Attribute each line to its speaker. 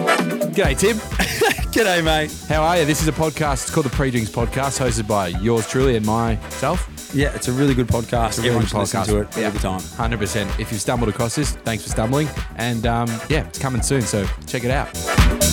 Speaker 1: G'day, Tim.
Speaker 2: G'day, mate.
Speaker 1: How are you? This is a podcast. It's called the Pre Drinks Podcast, hosted by yours truly and myself.
Speaker 2: Yeah, it's a really good podcast.
Speaker 1: a really
Speaker 2: Everyone
Speaker 1: good
Speaker 2: should listen
Speaker 1: podcast.
Speaker 2: to it all the time.
Speaker 1: 100%. If you've stumbled across this, thanks for stumbling. And um, yeah, it's coming soon, so check it out.